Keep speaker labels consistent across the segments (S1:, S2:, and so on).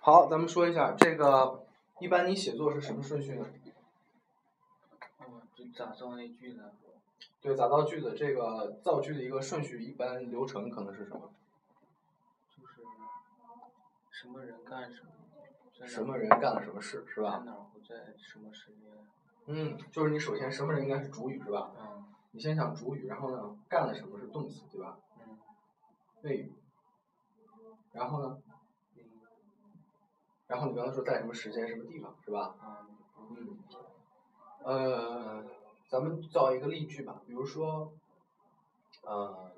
S1: 好，咱们说一下这个，一般你写作是什么顺序呢？
S2: 我就咋造那句呢？
S1: 对，咋造句子这个造句的一个顺序，一般流程可能是什么？
S2: 就是什么人干什么，在哪
S1: 什么
S2: 儿
S1: 人干了什么事，是
S2: 在
S1: 吧？
S2: 哪儿活，在什么时间？
S1: 嗯，就是你首先什么人应该是主语，是吧？
S2: 嗯
S1: 你先想主语，然后呢，干了什么是动词，对吧？
S2: 嗯
S1: 谓语。然后呢？
S2: 嗯
S1: 然后你刚才说在什么时间、什么地方，是吧？
S2: 啊
S1: 嗯，呃，咱们造一个例句吧，比如说，呃，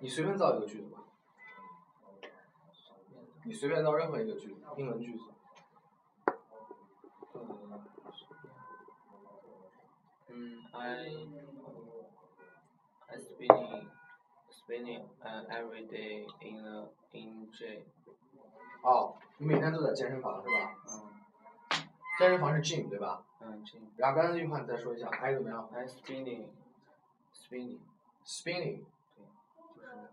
S1: 你随便造一个句子吧，你随便造任何一个句子，英文句子，呃
S2: 嗯，I I spending spending uh, every day in the in J
S1: 哦，你每天都在健身房是吧？
S2: 嗯
S1: 健身房是 gym 对吧？
S2: 嗯 J
S1: 然后刚才那句话你再说一下，I 怎么样
S2: I spending spending
S1: ？Spinning
S2: 就是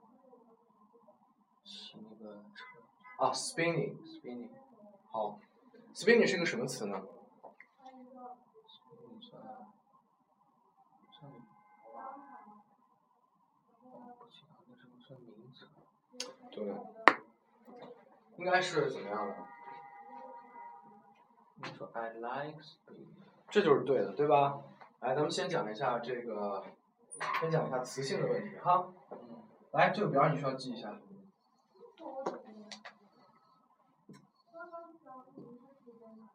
S2: 骑那个车
S1: 啊，spinning
S2: spinning
S1: 好，spinning 是个什么词呢？
S2: spinning 算算哦不知道那是不是名词？
S1: 对，应该是怎么样的？
S2: 你说 I like spinning
S1: 这就是对的，对吧？来，咱们先讲一下这个，先讲一下词性的问题哈。
S2: 嗯
S1: 来，这个表你需要记一下。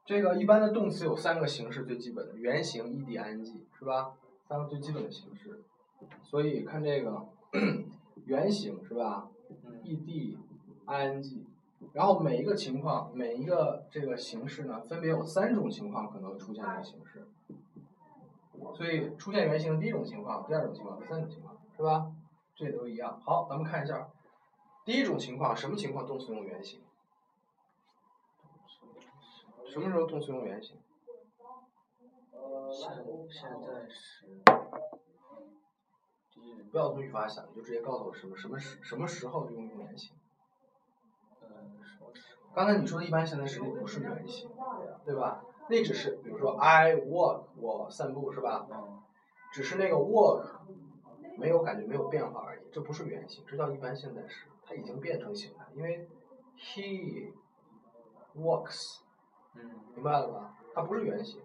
S1: 这个一般的动词有三个形式最基本的，原形、异地、安记，是吧？三个最基本的形式。所以看这个 原形是吧？
S2: 嗯
S1: 异地、ing，然后每一个情况，每一个这个形式呢，分别有三种情况可能出现这个形式。所以出现原形的第一种情况、第二种情况、第三种情况，是吧？这也都一样。好，咱们看一下，第一种情况，什么情况动词用原形？什么时候动词用原形？
S2: 现现在是第一人
S1: 不要从语法想，你就直接告诉我什么什么时什么时候用用原形。
S2: 呃什么时候？
S1: 刚才你说的一般现在时间不是原形，对吧？那只是比如说 I walk，我散步是吧？
S2: 嗯
S1: 只是那个 walk 没有感觉没有变化而已，这不是原形，这叫一般现在时，它已经变成形态，因为 he walks，
S2: 嗯
S1: 明白了吧？它不是原形，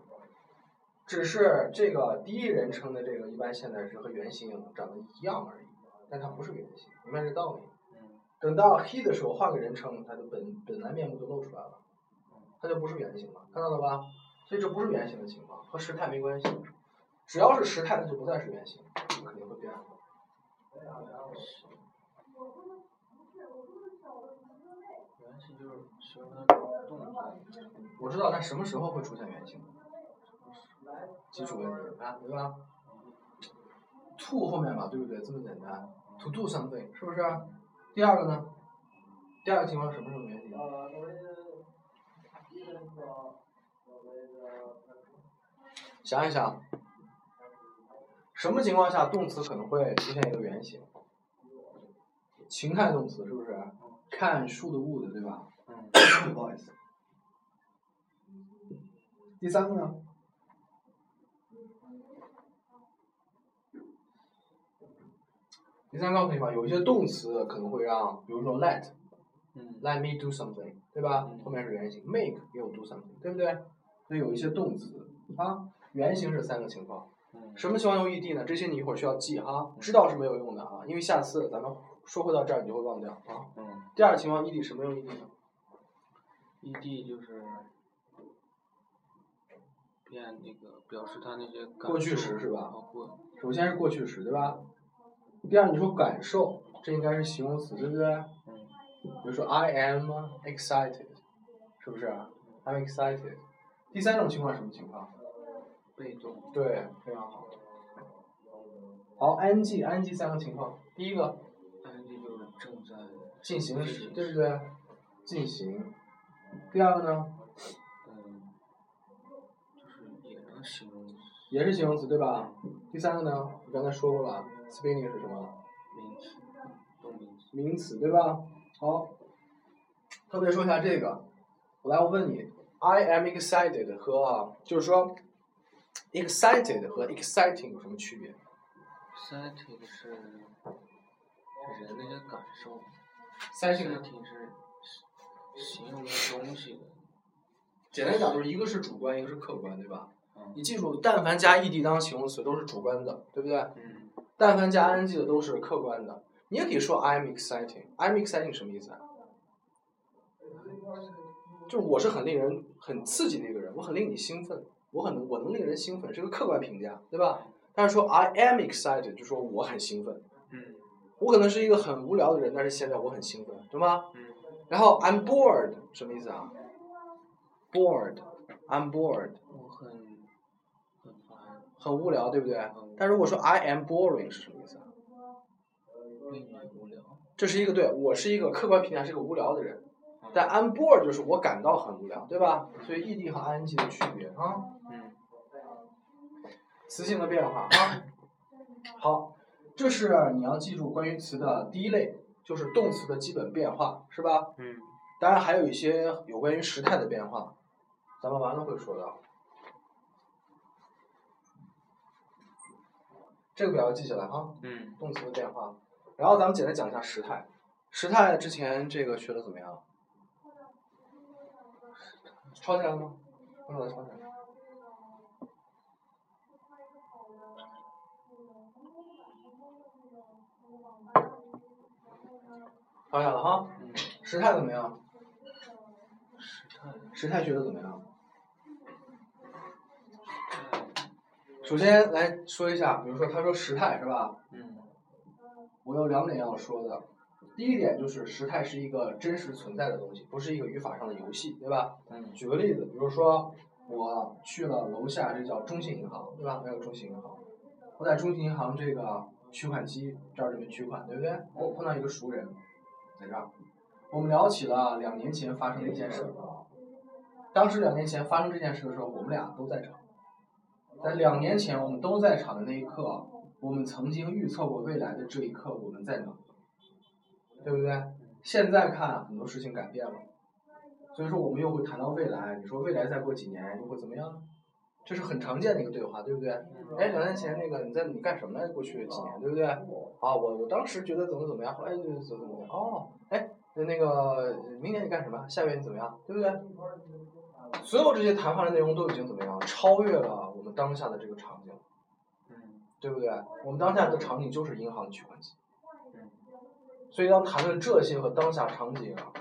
S1: 只是这个第一人称的这个一般现在时和原形长得一样而已，但它不是原形，明白这道理？
S2: 嗯
S1: 等到 he 的时候换个人称，它的本本来面目就露出来了，它就不是原形了，看到了吧？所以这不是原形的情况，和时态没关系，只要是时态，它就不再是原形，就肯定会变化。
S2: 原是就是形容它的动作。
S1: 我知道它什么时候会出现原形，基础问题啊，对吧？to 后面嘛，对不对？这么简单，to do something 是不是？第二个呢？第二个情况什么时候原形？想一想，什么情况下动词可能会出现一个原形？情态动词是不是？看树的物的对吧？
S2: 嗯，
S1: 不好意思。第三个呢？第三个告诉你吧，有一些动词可能会让，比如说 let
S2: 嗯，
S1: let me do something，对吧？
S2: 嗯
S1: 后面是原形，make 也有 do something，对不对？所以有一些动词啊，原形是三个情况。
S2: 嗯，
S1: 什么情况用 ed 呢？这些你一会儿需要记哈，知道是没有用的啊，因为下次咱们说回到这儿你就会忘掉啊。
S2: 嗯
S1: 第二情况 ed 什么用 ed 呢？
S2: ，ed 就是变那个表示他那些感
S1: 过去
S2: 受
S1: 时是吧
S2: 包括
S1: 首先是过去时，对吧？第二，你说感受，这应该是形容词，对不对？
S2: 嗯
S1: 比如说 I am excited，是不是？I'm 啊 excited。第三种情况是什么情况？
S2: 被动
S1: 对，非常好。好，ing ing 三个情况，第一个
S2: ，ed 就是正在呃
S1: 进行时，
S2: 进行时
S1: 对不对？进行。第二个呢，
S2: 嗯，就是也能形容
S1: 也是形容词，对吧？第三个呢，你刚才说过了，spinning 是什么？
S2: 名词、动名词。
S1: 名词，对吧？好，特别说一下这个，我来，我问你，I am excited 和啊，就是说，excited 和 exciting 有什么区别？
S2: exciting 是人的一个感受
S1: exciting
S2: ，exciting 是形容一个东西的，
S1: 简单讲就是一个是主观，一个是客观，对吧？
S2: 嗯
S1: 你记住，但凡加 ed 当形容词都是主观的，对不对？
S2: 嗯，
S1: 但凡加 ing 的都是客观的。你也可以说 I'm exciting。I'm exciting 什么意思啊？就是我是很令人很刺激的一个人，我很令你兴奋，我很我能令人兴奋，是一个客观评价，对吧？但是说 I am excited 就说我很兴奋，
S2: 嗯
S1: 我可能是一个很无聊的人，但是现在我很兴奋，对吗？
S2: 嗯
S1: 然后 I'm bored 什么意思啊？bored，I'm bored
S2: 我很很烦，
S1: 很无聊，对不对
S2: 嗯？
S1: 但如果说 I am boring 是什么意思啊？
S2: 令人无聊。
S1: 这是一个对我是一个客观评价是个无聊的人，但
S2: 嗯
S1: I'm bored 就是我感到很无聊，对吧？所以 ed 和 ing 的区别啊，
S2: 嗯
S1: 词性的变化啊。好，这是你要记住关于词的第一类，就是动词的基本变化，是吧？
S2: 嗯
S1: 当然还有一些有关于时态的变化，咱们完了会说到。这个表要记起来啊，
S2: 嗯，
S1: 动词的变化。然后咱们简单讲一下时态，时态之前这个学的怎么样？抄起来了吗？我把它抄起来。好呀，哈，
S2: 嗯
S1: 时态怎么样？
S2: 时态，
S1: 时态学的怎么样？
S2: 时态
S1: 首先来说一下，比如说他说时态是吧？
S2: 嗯
S1: 我有两点要说的。第一点就是时态是一个真实存在的东西，不是一个语法上的游戏，对吧？
S2: 嗯
S1: 举个例子，比如说我去了楼下，这叫中信银行，对吧？那个中信银行，我在中信银行这个取款机这儿准备取款，对不对？我碰到一个熟人，在这儿，我们聊起了两年前发生的一件事。啊当时两年前发生这件事的时候，我们俩都在场。在两年前我们都在场的那一刻，我们曾经预测过未来的这一刻我们在哪，对不对？现在看很多事情改变了。所以说我们又会谈到未来，你说未来再过几年又会怎么样？这是很常见的一个对话，对不对？哎，两年前那个你在你干什么来？过去几年，对不对？啊，我我当时觉得怎么怎么样，后来就怎么怎么样。哦，哎，那那个明年你干什么？下个月你怎么样？对不对？所有这些谈话的内容都已经怎么样？超越了我们当下的这个场景，
S2: 嗯
S1: 对不对？我们当下的场景就是银行取款机。
S2: 嗯
S1: 所以当谈论这些和当下场景啊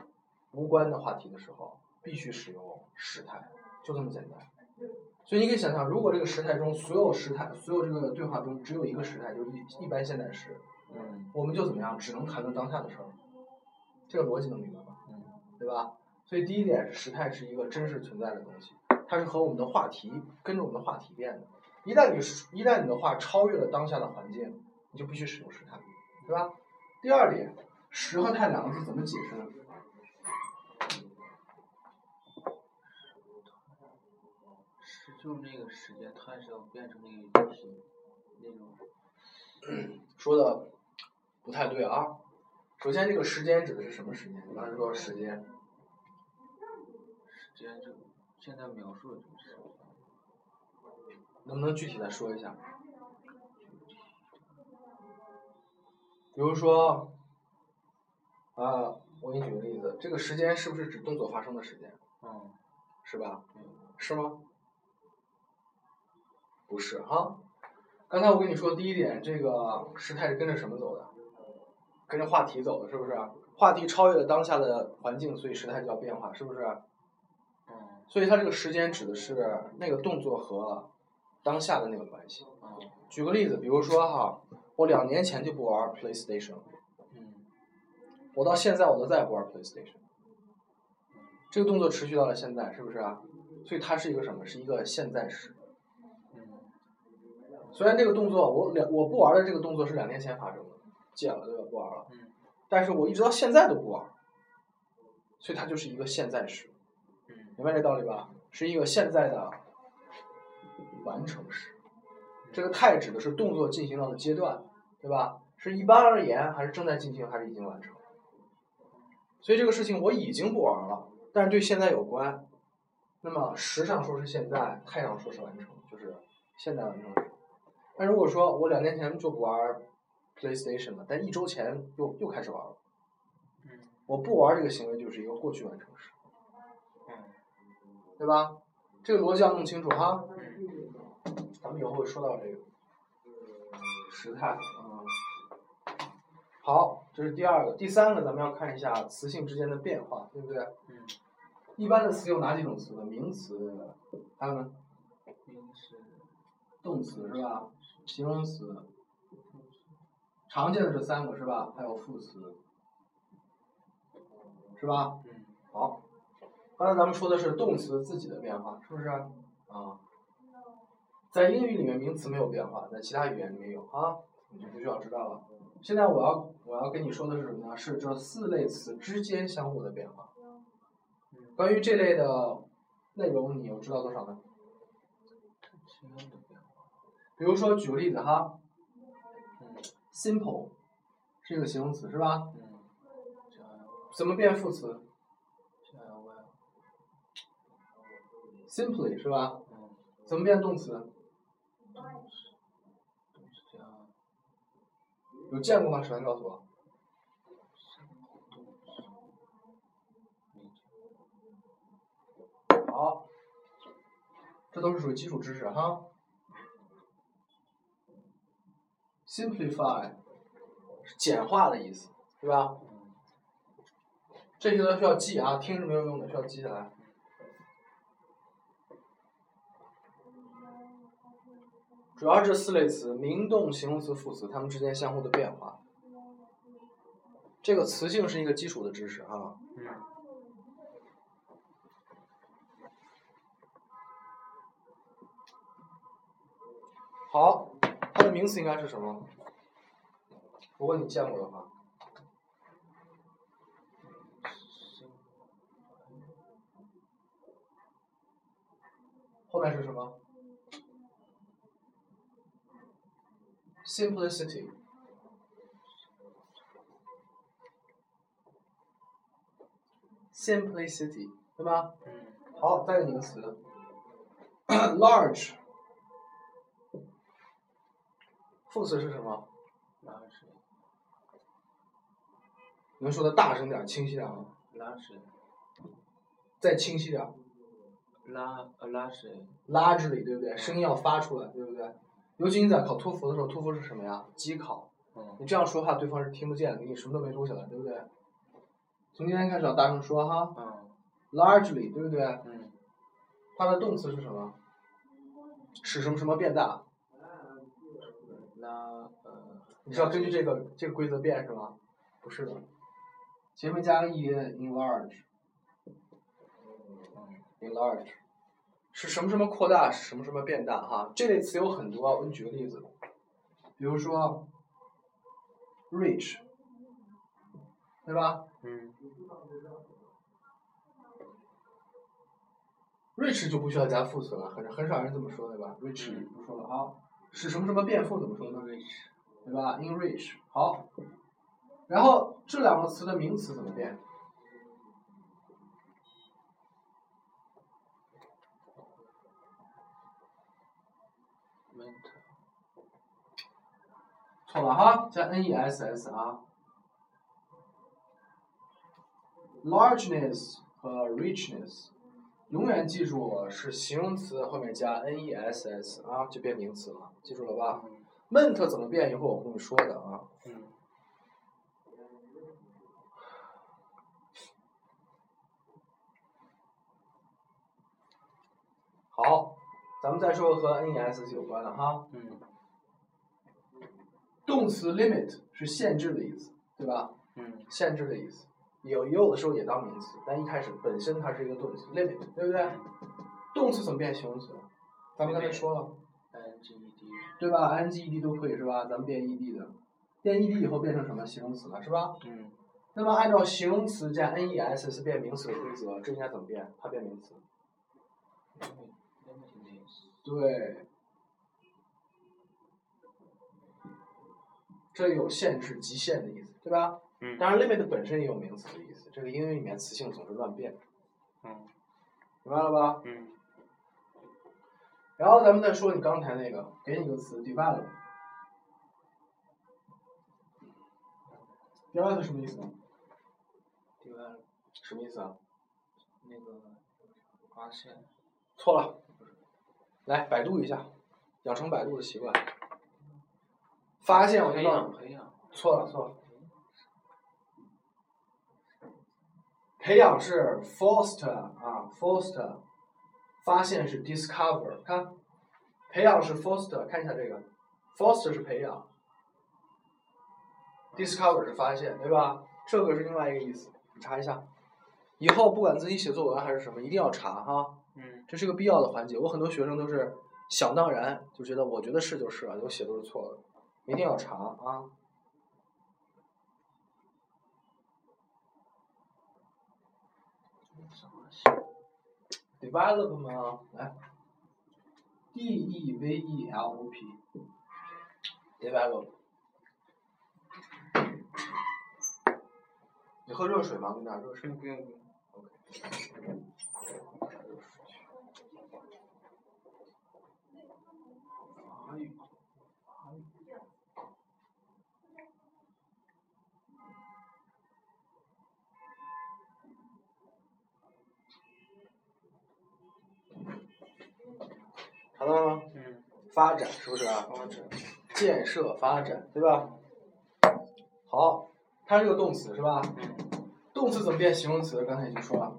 S1: 无关的话题的时候，必须使用时态，就这么简单。所以你可以想象，如果这个时态中所有时态，所有这个对话中只有一个时态，就是一一般现代时，
S2: 嗯
S1: 我们就怎么样，只能谈论当下的事儿。这个逻辑能明白吗？
S2: 嗯
S1: 对吧？所以第一点，时态是一个真实存在的东西，它是和我们的话题跟着我们的话题变的。一旦你一旦你的话超越了当下的环境，你就必须使用时态，对吧？第二点，时和态两个字怎么解释呢？
S2: 是就那个时间，它是要变成那个游戏那种，
S1: 说的不太对啊。首先，这个时间指的是什么时间？你刚才说的时间，
S2: 时间就现在描述的就是，
S1: 能不能具体再说一下？比如说，啊，我给你举个例子，这个时间是不是指动作发生的时间，
S2: 嗯
S1: 是吧？
S2: 嗯
S1: 是吗？不是哈。刚才我跟你说，第一点，这个时态是跟着什么走的？跟着话题走的，是不是？话题超越了当下的环境，所以时态就要变化，是不是？
S2: 嗯
S1: 所以它这个时间指的是那个动作和当下的那个关系。
S2: 嗯
S1: 举个例子，比如说哈，我两年前就不玩 PlayStation，了
S2: 嗯
S1: 我到现在我都在不玩 PlayStation。这个动作持续到了现在，是不是啊？所以它是一个什么？是一个现在时。
S2: 嗯
S1: 虽然这个动作我两我不玩的这个动作是两年前发生的，戒了对吧？不玩了，
S2: 嗯
S1: 但是我一直到现在都不玩，所以它就是一个现在时，
S2: 嗯
S1: 明白这道理吧？是一个现在的完成时。这个态指的是动作进行到的阶段，对吧？是一般而言，还是正在进行，还是已经完成？所以这个事情我已经不玩了，但是对现在有关。那么时上说是现在，太上说是完成，就是现在完成时。但如果说我两年前就不玩 PlayStation 了，但一周前又又开始玩了，
S2: 嗯
S1: 我不玩这个行为就是一个过去完成时，
S2: 嗯
S1: 对吧？这个逻辑要弄清楚哈。
S2: 嗯
S1: 咱们以后会说到这个时态。嗯，好，这是第二个，第三个咱们要看一下词性之间的变化，对不对？
S2: 嗯，
S1: 一般的词有哪几种词呢？名词，还有呢，
S2: 名词，
S1: 动词是吧？形容词，常见的这三个是吧？还有副词，是吧？
S2: 嗯
S1: 好，刚才咱们说的是动词自己的变化，是不是啊？啊，在英语里面名词没有变化，在其他语言里面有啊，你就不需要知道了。现在我要我要跟你说的是什么呢？是这四类词之间相互的变化。
S2: 嗯，
S1: 关于这类的内容，你又知道多少呢？
S2: 形容的变化，
S1: 比如说，举个例子哈
S2: 嗯
S1: ，simple 是一个形容词是吧？
S2: 嗯，J L
S1: 怎么变副词
S2: J L Y，
S1: ？simply 是吧？
S2: 嗯，
S1: 怎么变动词？
S2: 动词，动词加
S1: 有见过吗？首先告诉我，
S2: 动词，没见过
S1: 好，这都是属于基础知识哈。simplify 是简化的意思，是吧？
S2: 嗯
S1: 这些都需要记啊，听是没有用的，需要记下来。主要这四类词：名动、形容词、副词，它们之间相互的变化。这个词性是一个基础的知识啊。
S2: 嗯
S1: 好，它的名词应该是什么？如果你见过的话，后面是什么？simplicity。simplicity，对吗？
S2: 嗯
S1: 好，再给你个词 ，large。副词是什么？
S2: 拉谁
S1: 能说的大声点儿，清晰点儿吗？
S2: 拉谁
S1: 再清晰点儿。
S2: 拉呃拉谁
S1: 拉这里，对不对？声音要发出来，对不对？尤其你在考托福的时候，托福是什么呀？机考，
S2: 嗯
S1: 你这样说话，对方是听不见的，你什么都没录下来，对不对？从今天开始要大声说哈
S2: 嗯
S1: ，largely，对不对？
S2: 嗯
S1: 它的动词是什么？使什么什么变大？
S2: 拉呃
S1: 你是要根据这个这个规则变是吗？不是的，前面加个 e，enlarge，enlarge
S2: 嗯
S1: 使什么什么扩大，使什么什么变大哈。这类词有很多，我给你举个例子，比如说 rich，对吧？
S2: 嗯
S1: rich 就不需要加副词了，很很少人这么说对吧？rich
S2: 嗯
S1: 不说了啊，使什么什么变副怎么说呢？
S2: English
S1: 对吧？enrich 好，然后这两个词的名词怎么变？
S2: mental
S1: 错了哈，加 ness 啊。largeness 和 richness 永远记住是形容词后面加 ness 啊，就变名词了，记住了吧
S2: 嗯
S1: ？ment 怎么变？一会儿我跟你说的啊。
S2: 嗯
S1: 好，咱们再说个和 nes 有关的哈。
S2: 嗯
S1: 动词 limit 是限制的意思，对吧？
S2: 嗯
S1: 限制的意思，有也有的时候也当名词，但一开始本身它是一个动词 limit，对不对？动词怎么变形容词？咱们刚才说了，
S2: ，ing
S1: 对吧？ing、ed 都可以是吧？咱们变 ed 的，变 ed 以后变成什么形容词了是吧？
S2: 嗯
S1: 那么按照形容词加 nes 是变名词的规则，这应该怎么变？它变名词。
S2: limit limitness
S1: 对，这有限制、极限的意思，对吧？
S2: 嗯
S1: 当然，limit 本身也有名词的意思，这个英语里面词性总是乱变。
S2: 嗯
S1: 明白了吧？
S2: 嗯
S1: 然后咱们再说你刚才那个，给你个词，develop。develop 什么意思啊？
S2: 对吧？
S1: 什么意思啊？
S2: 那个发现
S1: 错了，来百度一下，养成百度的习惯。发现我就
S2: 培
S1: 告诉
S2: 养
S1: 你，
S2: 培养，
S1: 错了错了。培养是 foster 啊，foster，发现是 discover，看，培养是 foster，看一下这个，foster 是培养，discover 是发现，对吧？这个是另外一个意思，你查一下。以后不管自己写作文还是什么，一定要查哈。
S2: 嗯
S1: 这是个必要的环节。我很多学生都是想当然，就觉得我觉得是就是啊，我写都是错的，一定要查啊。
S2: 什么行
S1: develop 吗？来，d e v e l o p，develop。你喝热水吗？我给你拿热水。
S2: 不用不用，法语
S1: 查到了吗？
S2: 嗯
S1: 发展是不是、啊？
S2: 发展
S1: 建设发展，对吧？好，它是个动词是吧？
S2: 嗯
S1: 动词怎么变形容词？刚才已经说了。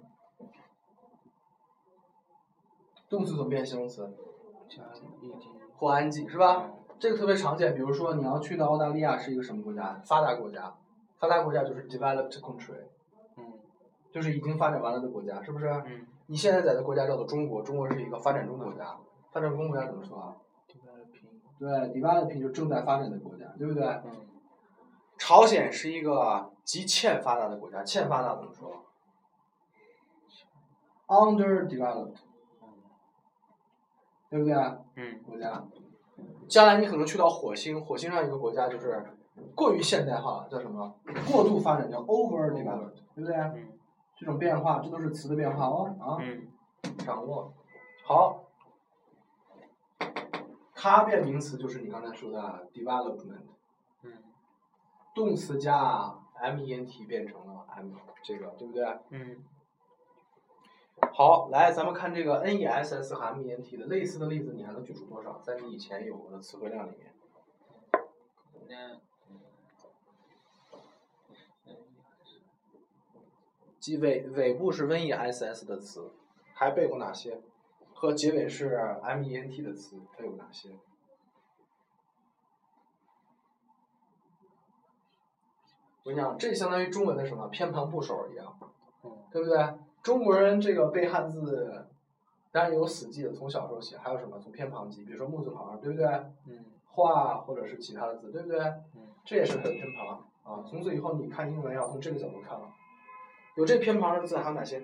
S1: 动词怎么变形容词？
S2: 加一级
S1: 或安静是吧？这个特别常见。比如说，你要去到澳大利亚是一个什么国家？发达国家，发达国家就是 developed country，
S2: 嗯
S1: 就是已经发展完了的国家，是不是？
S2: 嗯
S1: 你现在在的国家叫做中国，中国是一个发展中国家。发展中国家怎么说啊？
S2: ，developing
S1: 对，developing 就是正在发展的国家，对不对？
S2: 嗯
S1: 朝鲜是一个极欠发达的国家，欠发达怎么说？underdeveloped，对不对？啊
S2: 嗯
S1: 国家。将来你可能去到火星，火星上一个国家就是过于现代化了，叫什么？过度发展叫 overdeveloped，对不对？
S2: 嗯
S1: 这种变化，这都是词的变化哦啊，
S2: 嗯
S1: 掌握好。它变名词就是你刚才说的啊 development，
S2: 嗯
S1: 动词加啊 ment 变成了 m 这个，对不对？
S2: 嗯
S1: 好，来，咱们看这个 NESS 和 MENT 的类似的例子，你还能举出多少？在你以前有过的词汇量里面，
S2: 那
S1: 即尾尾部是 NESS 的词，还背过哪些？和结尾是 MENT 的词，它有哪些？我跟你讲，这相当于中文的什么偏旁部首一样，
S2: 嗯
S1: 对不对？中国人这个背汉字，当然有死记的，从小时候写，还有什么从偏旁记，比如说木字旁，对不对？
S2: 嗯
S1: 画或者是其他的字，对不对？
S2: 嗯
S1: 这也是很偏旁啊。从此以后，你看英文要从这个角度看了。有这偏旁的字还有哪些？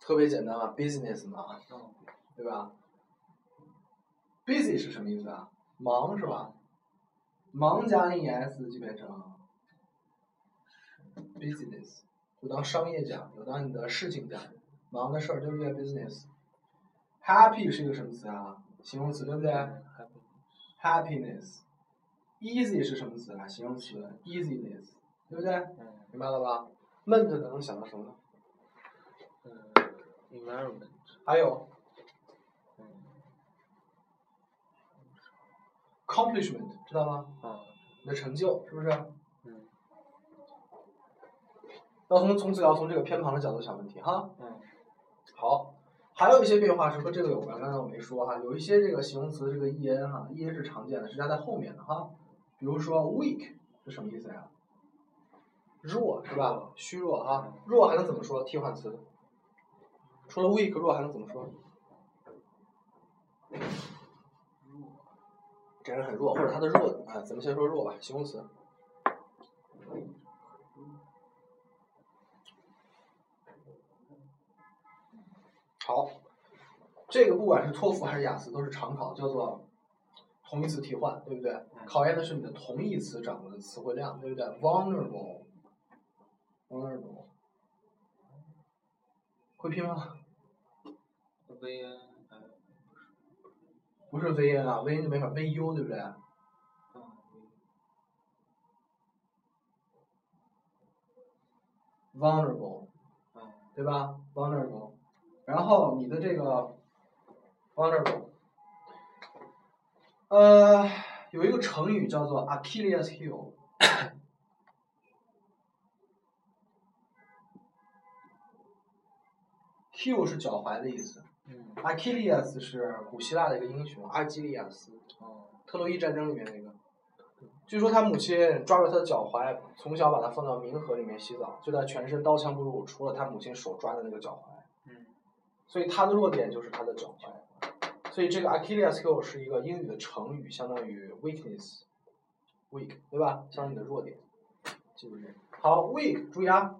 S1: 特别简单啊，business 嘛，
S2: 嗯
S1: 对吧？busy 是什么意思啊？忙是吧？忙加 es 就变成 business，就当商业讲，就当你的事情讲，忙的事儿对不对？business。happy 是一个什么词啊？形容词对不对
S2: ，happy
S1: ？happiness。easy 是什么词啊？形容词，easiness，对不对？
S2: 嗯
S1: 明白了吧？闷着能想到什么呢？
S2: 嗯，environment
S1: 还有
S2: 嗯
S1: accomplishment，知道吗？
S2: 啊
S1: 你的成就是不是？
S2: 嗯
S1: 要从从此要从这个偏旁的角度想问题哈。
S2: 嗯
S1: 好，还有一些变化是和这个有关，刚才我没说哈，有一些这个形容词这个 e n 哈，e n 是常见的，是加在后面的哈。比如说 weak 是什么意思呀？弱是吧？虚弱哈，弱还能怎么说？替换词。除了 weak 弱还能怎么说？这人很弱，或者他的弱啊，咱们先说弱吧，形容词。好，这个不管是托福还是雅思都是常考，叫做同义词替换，对不对？考验的是你的同义词掌握的词汇量，对不对？vulnerable，vulnerable，会拼吗？
S2: v n 呃，
S1: 不是 v n 啊，v n 就没法 v u，对不对？
S2: 嗯
S1: vulnerable，
S2: 嗯
S1: 对吧？vulnerable，然后你的这个 vulnerable，呃，有一个成语叫做 Achilles heel，heel 是脚踝的意思
S2: 嗯
S1: ，Achilles 是古希腊的一个英雄阿基里亚斯，
S2: 哦
S1: 特洛伊战争里面那个。据说他母亲抓住他的脚踝，从小把他放到冥河里面洗澡，对他全身刀枪不入，除了他母亲手抓的那个脚踝。
S2: 嗯
S1: 所以他的弱点就是他的脚踝。所以这个 Achilles heel 是一个英语的成语，相当于 weakness，weak，对吧？相当于你的弱点，记住这个。好，weak，注意啊，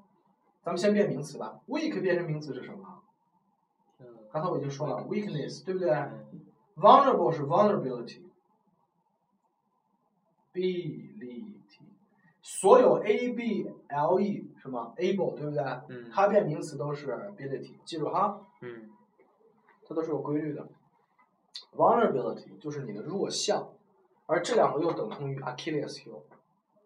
S1: 咱们先变名词吧。weak 变成名词是什么？
S2: 嗯
S1: 刚才我已经说了，weakness，对不对
S2: 嗯
S1: ？vulnerable 是 vulnerability。ability，所有 a b l e 什么 able 对不对？
S2: 嗯
S1: 它变名词都是 ability，记住哈。
S2: 嗯
S1: 它都是有规律的。Vulnerability 就是你的弱项，而这两个又等同于 Achilles heel，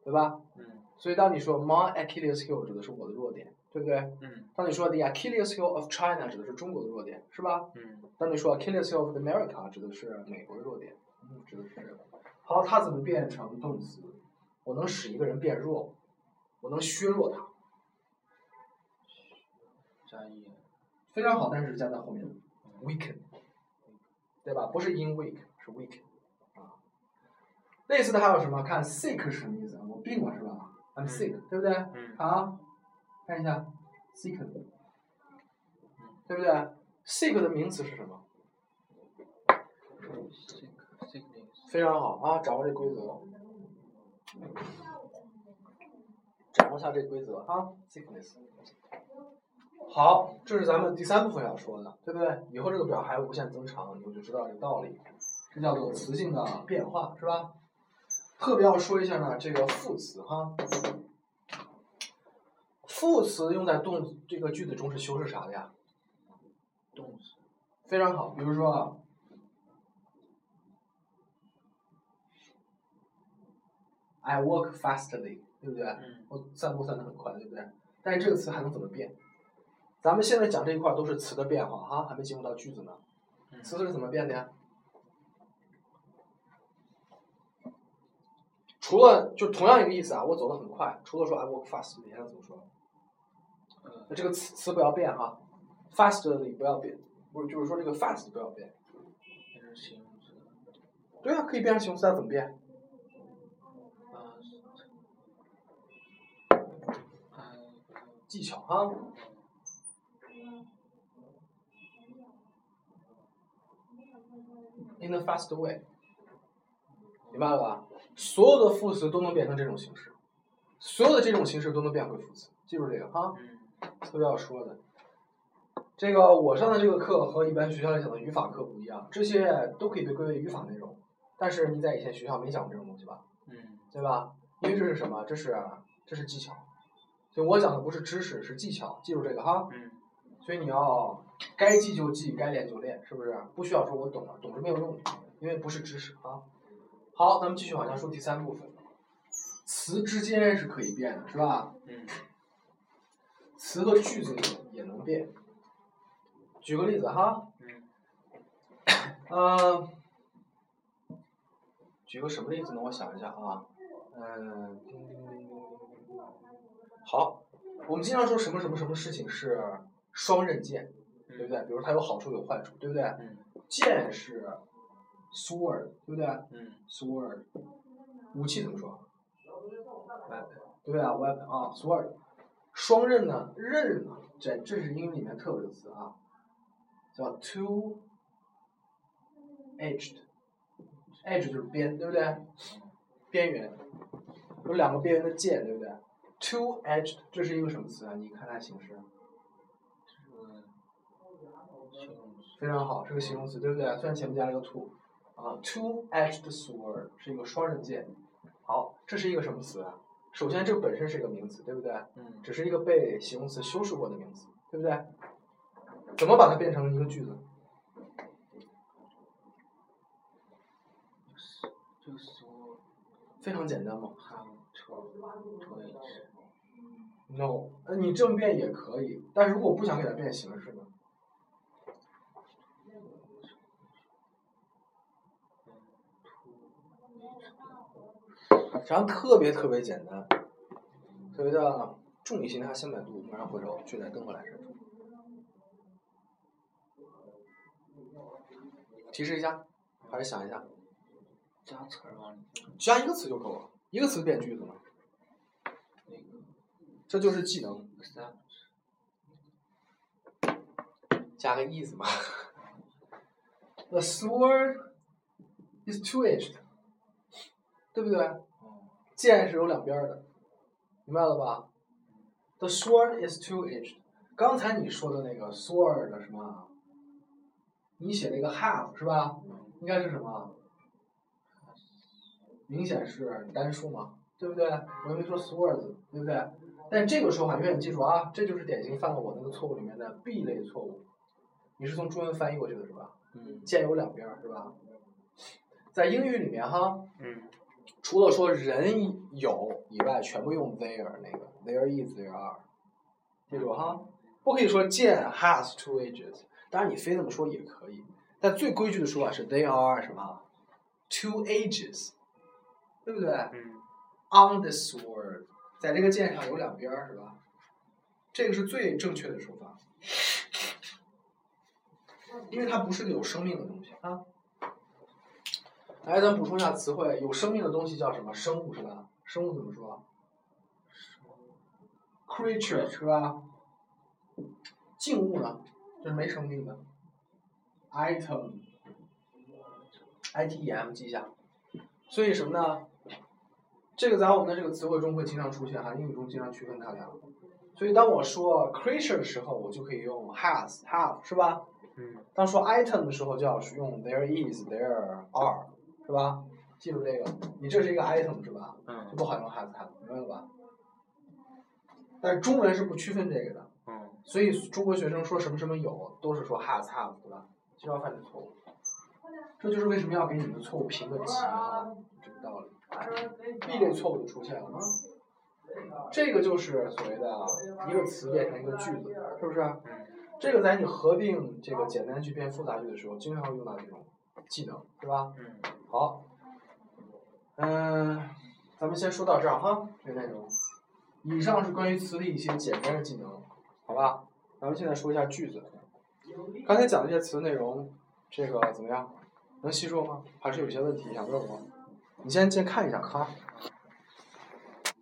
S1: 对吧？
S2: 嗯
S1: 所以当你说 My Achilles heel 指的是我的弱点，对不对？
S2: 嗯
S1: 当你说 The Achilles heel of China 指的是中国的弱点，是吧？
S2: 嗯
S1: 当你说 Achilles heel of America 指的是美国的弱点，嗯指的是这个。好，它怎么变成动词？我能使一个人变弱，我能削弱他，
S2: 加一
S1: 非常好，但是加在后面，weaken，对吧？不是 in weak，是 weaken 啊。类似的还有什么？看 sick 是什么意思啊？我病了是吧？I'm sick，对不对？
S2: 嗯
S1: 好，看一下 sick，对不对？sick 的名词是什么？
S2: sick sickness
S1: 非常好啊，掌握这规则，掌握一下这规则啊，sickness。好，这是咱们第三部分要说的，对不对？以后这个表还无限增长，你们就知道这个道理。这叫做词性的变化，是吧？特别要说一下呢，这个副词哈，副词用在动这个句子中是修饰啥的呀？
S2: 动词
S1: 非常好，比如说啊，I walk fastly，对不对？
S2: 嗯
S1: 我散步散得很快，对不对？但是这个词还能怎么变？咱们现在讲这一块儿都是词的变化哈，还没进入到句子呢。
S2: 嗯
S1: 词是怎么变的呀？除了就同样一个意思啊，我走得很快，除了说 I walk fastly，还能怎么说？
S2: 呃
S1: 那这个词词不要变哈，fastly 不要变，不是就是说这个 fast 不要变。
S2: 变成形容词
S1: 对啊，可以变成形容词，它怎么变？
S2: fast I
S1: 技巧啊哈。In the fast way，明白了吧？所有的副词都能变成这种形式，所有的这种形式都能变回副词，记住这个哈。
S2: 嗯
S1: 特别要说的。这个我上的这个课和一般学校里讲的语法课不一样，这些都可以被归为语法内容，但是你在以前学校没讲过这种东西吧，
S2: 嗯
S1: 对吧？因为这是什么？这是这是技巧，所以我讲的不是知识，是技巧，记住这个哈。
S2: 嗯
S1: 所以你要该记就记，该练就练，是不是？不需要说我懂了，懂是没有用的，因为不是知识啊。好，咱们继续往下说第三部分，词之间是可以变的，是吧？
S2: 嗯
S1: 词和句子也能变。举个例子哈，
S2: 嗯
S1: 呃，举个什么例子呢？我想一下啊，嗯、好，我们经常说什么什么什么事情是双刃剑，对不对？比如它有好处有坏处，对不对？
S2: 嗯
S1: 剑是 sword，对不对
S2: 嗯
S1: ？sword，武器怎么说？
S2: weapon
S1: 对啊，weapon 啊，sword，双刃呢，刃呢，这这是英语里面特有的词啊，叫 two edged，edge 就是边，对不对？边缘有两个边缘的剑，对不对？two edged 这是一个什么词啊？你看它形式，
S2: 这是个形容词
S1: 非常好，是个形容词，对不对？虽然前面加了个 to，啊，two-edged sword 是一个双刃剑。好，这是一个什么词啊？首先，这本身是一个名词，对不对？
S2: 嗯，
S1: 只是一个被形容词修饰过的名词，对不对？怎么把它变成一个句子？
S2: 就是说
S1: 非常简单嘛。
S2: 他们抽抽一支，
S1: No，呃你这么变也可以，但是如果不想给它变形式呢？然后特别特别简单，所谓的众里寻他千百度，蓦然回首，却在灯火阑珊处。提示一下，还是想一下，
S2: 加词儿往里
S1: 加一个词就够了，一个词变句子嘛，
S2: 那个
S1: 这就是技能，
S2: 三
S1: 加个 is 嘛。The sword is two-edged，对不对？
S2: 哦，
S1: 剑是有两边儿的，明白了吧？The sword is two-edged。刚才你说的那个 sword 的什么啊？你写了一个 half 是吧？
S2: 嗯
S1: 应该是什么？明显是单数嘛，对不对？我又没说 swords，对不对？但这个说法永远记住啊，这就是典型犯了我那个错误里面的 B 类错误。你是从中文翻译过去的是吧？
S2: 嗯
S1: 剑有两边儿是吧？在英语里面哈，
S2: 嗯
S1: 除了说人有以外，全部用 there 那个 there is there are，记住哈，不可以说剑 has two edges，当然你非这么说也可以，但最规矩的说法是 they are 什么 two edges，对不对
S2: 嗯
S1: ？On the sword，在这个剑上有两边儿是吧？这个是最正确的说法，因为它不是个有生命的东西啊。来，咱补充一下词汇，有生命的东西叫什么？生物是吧？生物怎么说啊？creature 是吧？静物呢，就是没生命的。item，i t e m 记一下。所以什么呢？这个在我们的这个词汇中会经常出现哈，英语中经常区分它俩。所以当我说 creature 的时候，我就可以用 has have 是吧？
S2: 嗯
S1: 当说 item 的时候，就要用 there is there are 是吧？记住这个，你这是一个 item 是吧？就
S2: 嗯
S1: 不好用 has have，明白了吧？但是中文是不区分这个的，
S2: 嗯
S1: 所以中国学生说什么什么有，都是说 has have 对吧？经常犯的错误，这就是为什么要给你们的错误评个级啊，这个道理。B 类错误就出现了啊，这个就是所谓的一个词变成一个句子，是不是？啊
S2: 嗯
S1: 这个在你合并这个简单句变复杂句的时候，经常会用到这种技能，对吧？
S2: 嗯，
S1: 好，嗯、咱们先说到这儿哈，这个内容。以上是关于词的一些简单的技能，好吧？咱们现在说一下句子。刚才讲的这些词内容，这个怎么样？能吸收吗？还是有些问题想问我？你先先看一下哈。